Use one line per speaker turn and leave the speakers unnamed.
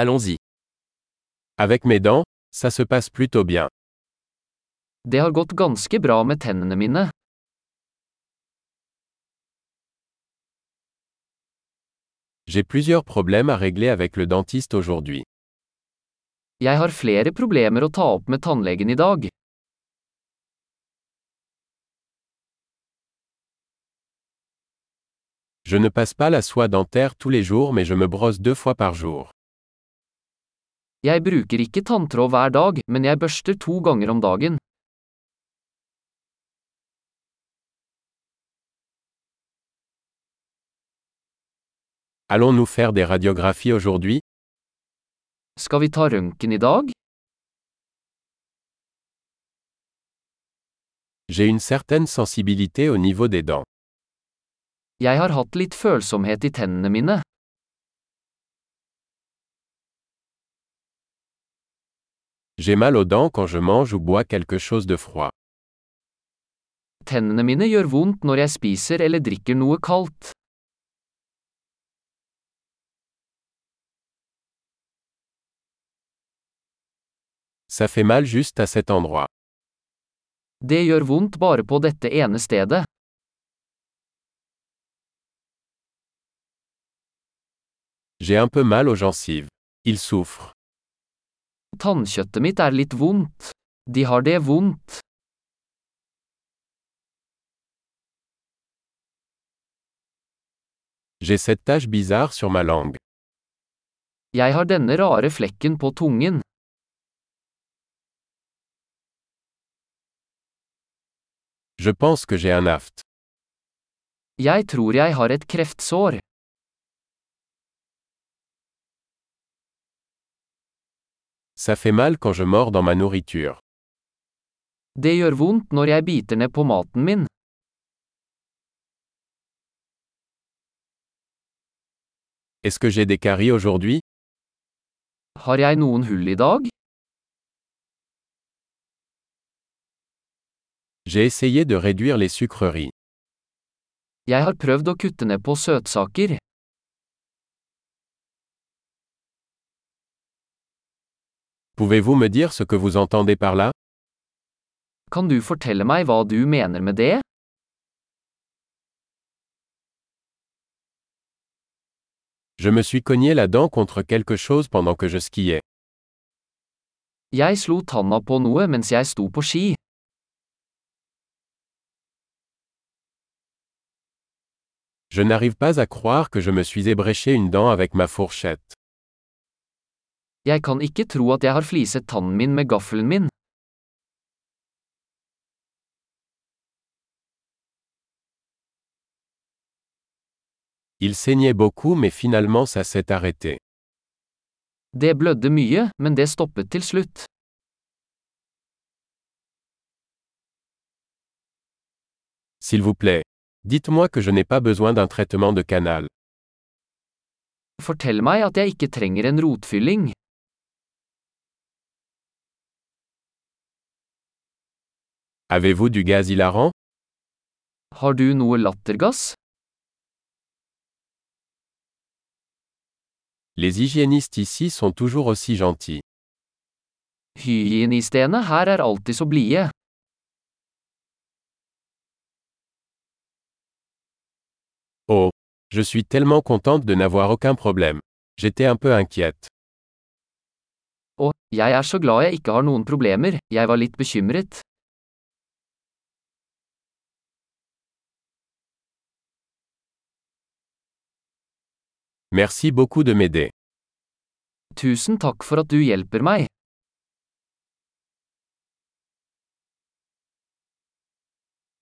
Allons-y.
Avec mes dents, ça se passe plutôt bien.
Det har gått ganske bra med tennene mine.
J'ai plusieurs problèmes à régler avec le dentiste aujourd'hui.
Jeg har flere problemer å ta opp med tannlegen i dag.
Je ne passe pas la soie dentaire tous les jours mais je me brosse deux fois par jour.
Jeg bruker ikke tanntråd hver dag, men jeg børster to ganger om dagen.
Allons-nous faire des radiographies aujourd'hui
Skal vi ta røntgen i dag?
J'ai une certaine sensibilité au niveau des dents.
Jeg har hatt litt følsomhet i tennene mine.
J'ai mal aux dents quand je mange ou bois quelque chose de froid.
Tennene mine gjør vondt når jeg spiser eller drikker noe kaldt.
Ça fait mal juste à cet endroit.
Det gjør vondt bare på dette ene stedet.
J'ai un peu mal aux gencives. Ils souffrent.
Tannkjøttet mitt er litt vondt. De har det vondt.
J'ai cette tache bizarre sur ma langue.
Jeg har denne rare flekken på tungen.
Je pense que j'ai un aft.
Jeg tror jeg har et kreftsår.
Ça fait mal quand je mords dans ma nourriture.
Det gjør vondt når jeg biter ned på maten min.
Est-ce que j'ai des caries aujourd'hui
Har jeg noen hull i dag?
J'ai essayé de réduire les sucreries.
Jeg har prøvd å kutte ned på søtsaker.
Pouvez-vous me dire ce que vous entendez par là
Kan du fortelle meg hva du mener med det?
Je me suis cogné la dent contre quelque chose pendant que je skiais.
Jeg slo tanna på noe mens jeg sto på ski.
Je n'arrive pas à croire que je me suis ébréché une dent avec ma fourchette.
Jeg kan ikke tro at jeg har fliset tannen min med gaffelen min.
Il saignait beaucoup mais finalement ça s'est arrêté.
Det blødde mye, men det stoppet til slutt.
S'il vous plaît, dites-moi que je n'ai pas besoin d'un traitement de canal.
Fortell meg at jeg ikke trenger en rotfylling.
Avez-vous du gaz hilarant
Har du noe lattergass?
Les hygiénistes ici sont toujours aussi gentils.
Hygienistene her er alltid så blide.
Oh, je suis tellement contente de n'avoir aucun problème. J'étais un peu inquiète.
Og, jeg er så glad jeg ikke har noen problemer, jeg var litt bekymret.
Merci beaucoup de m'aider.
Tusen takk for at du hjelper meg.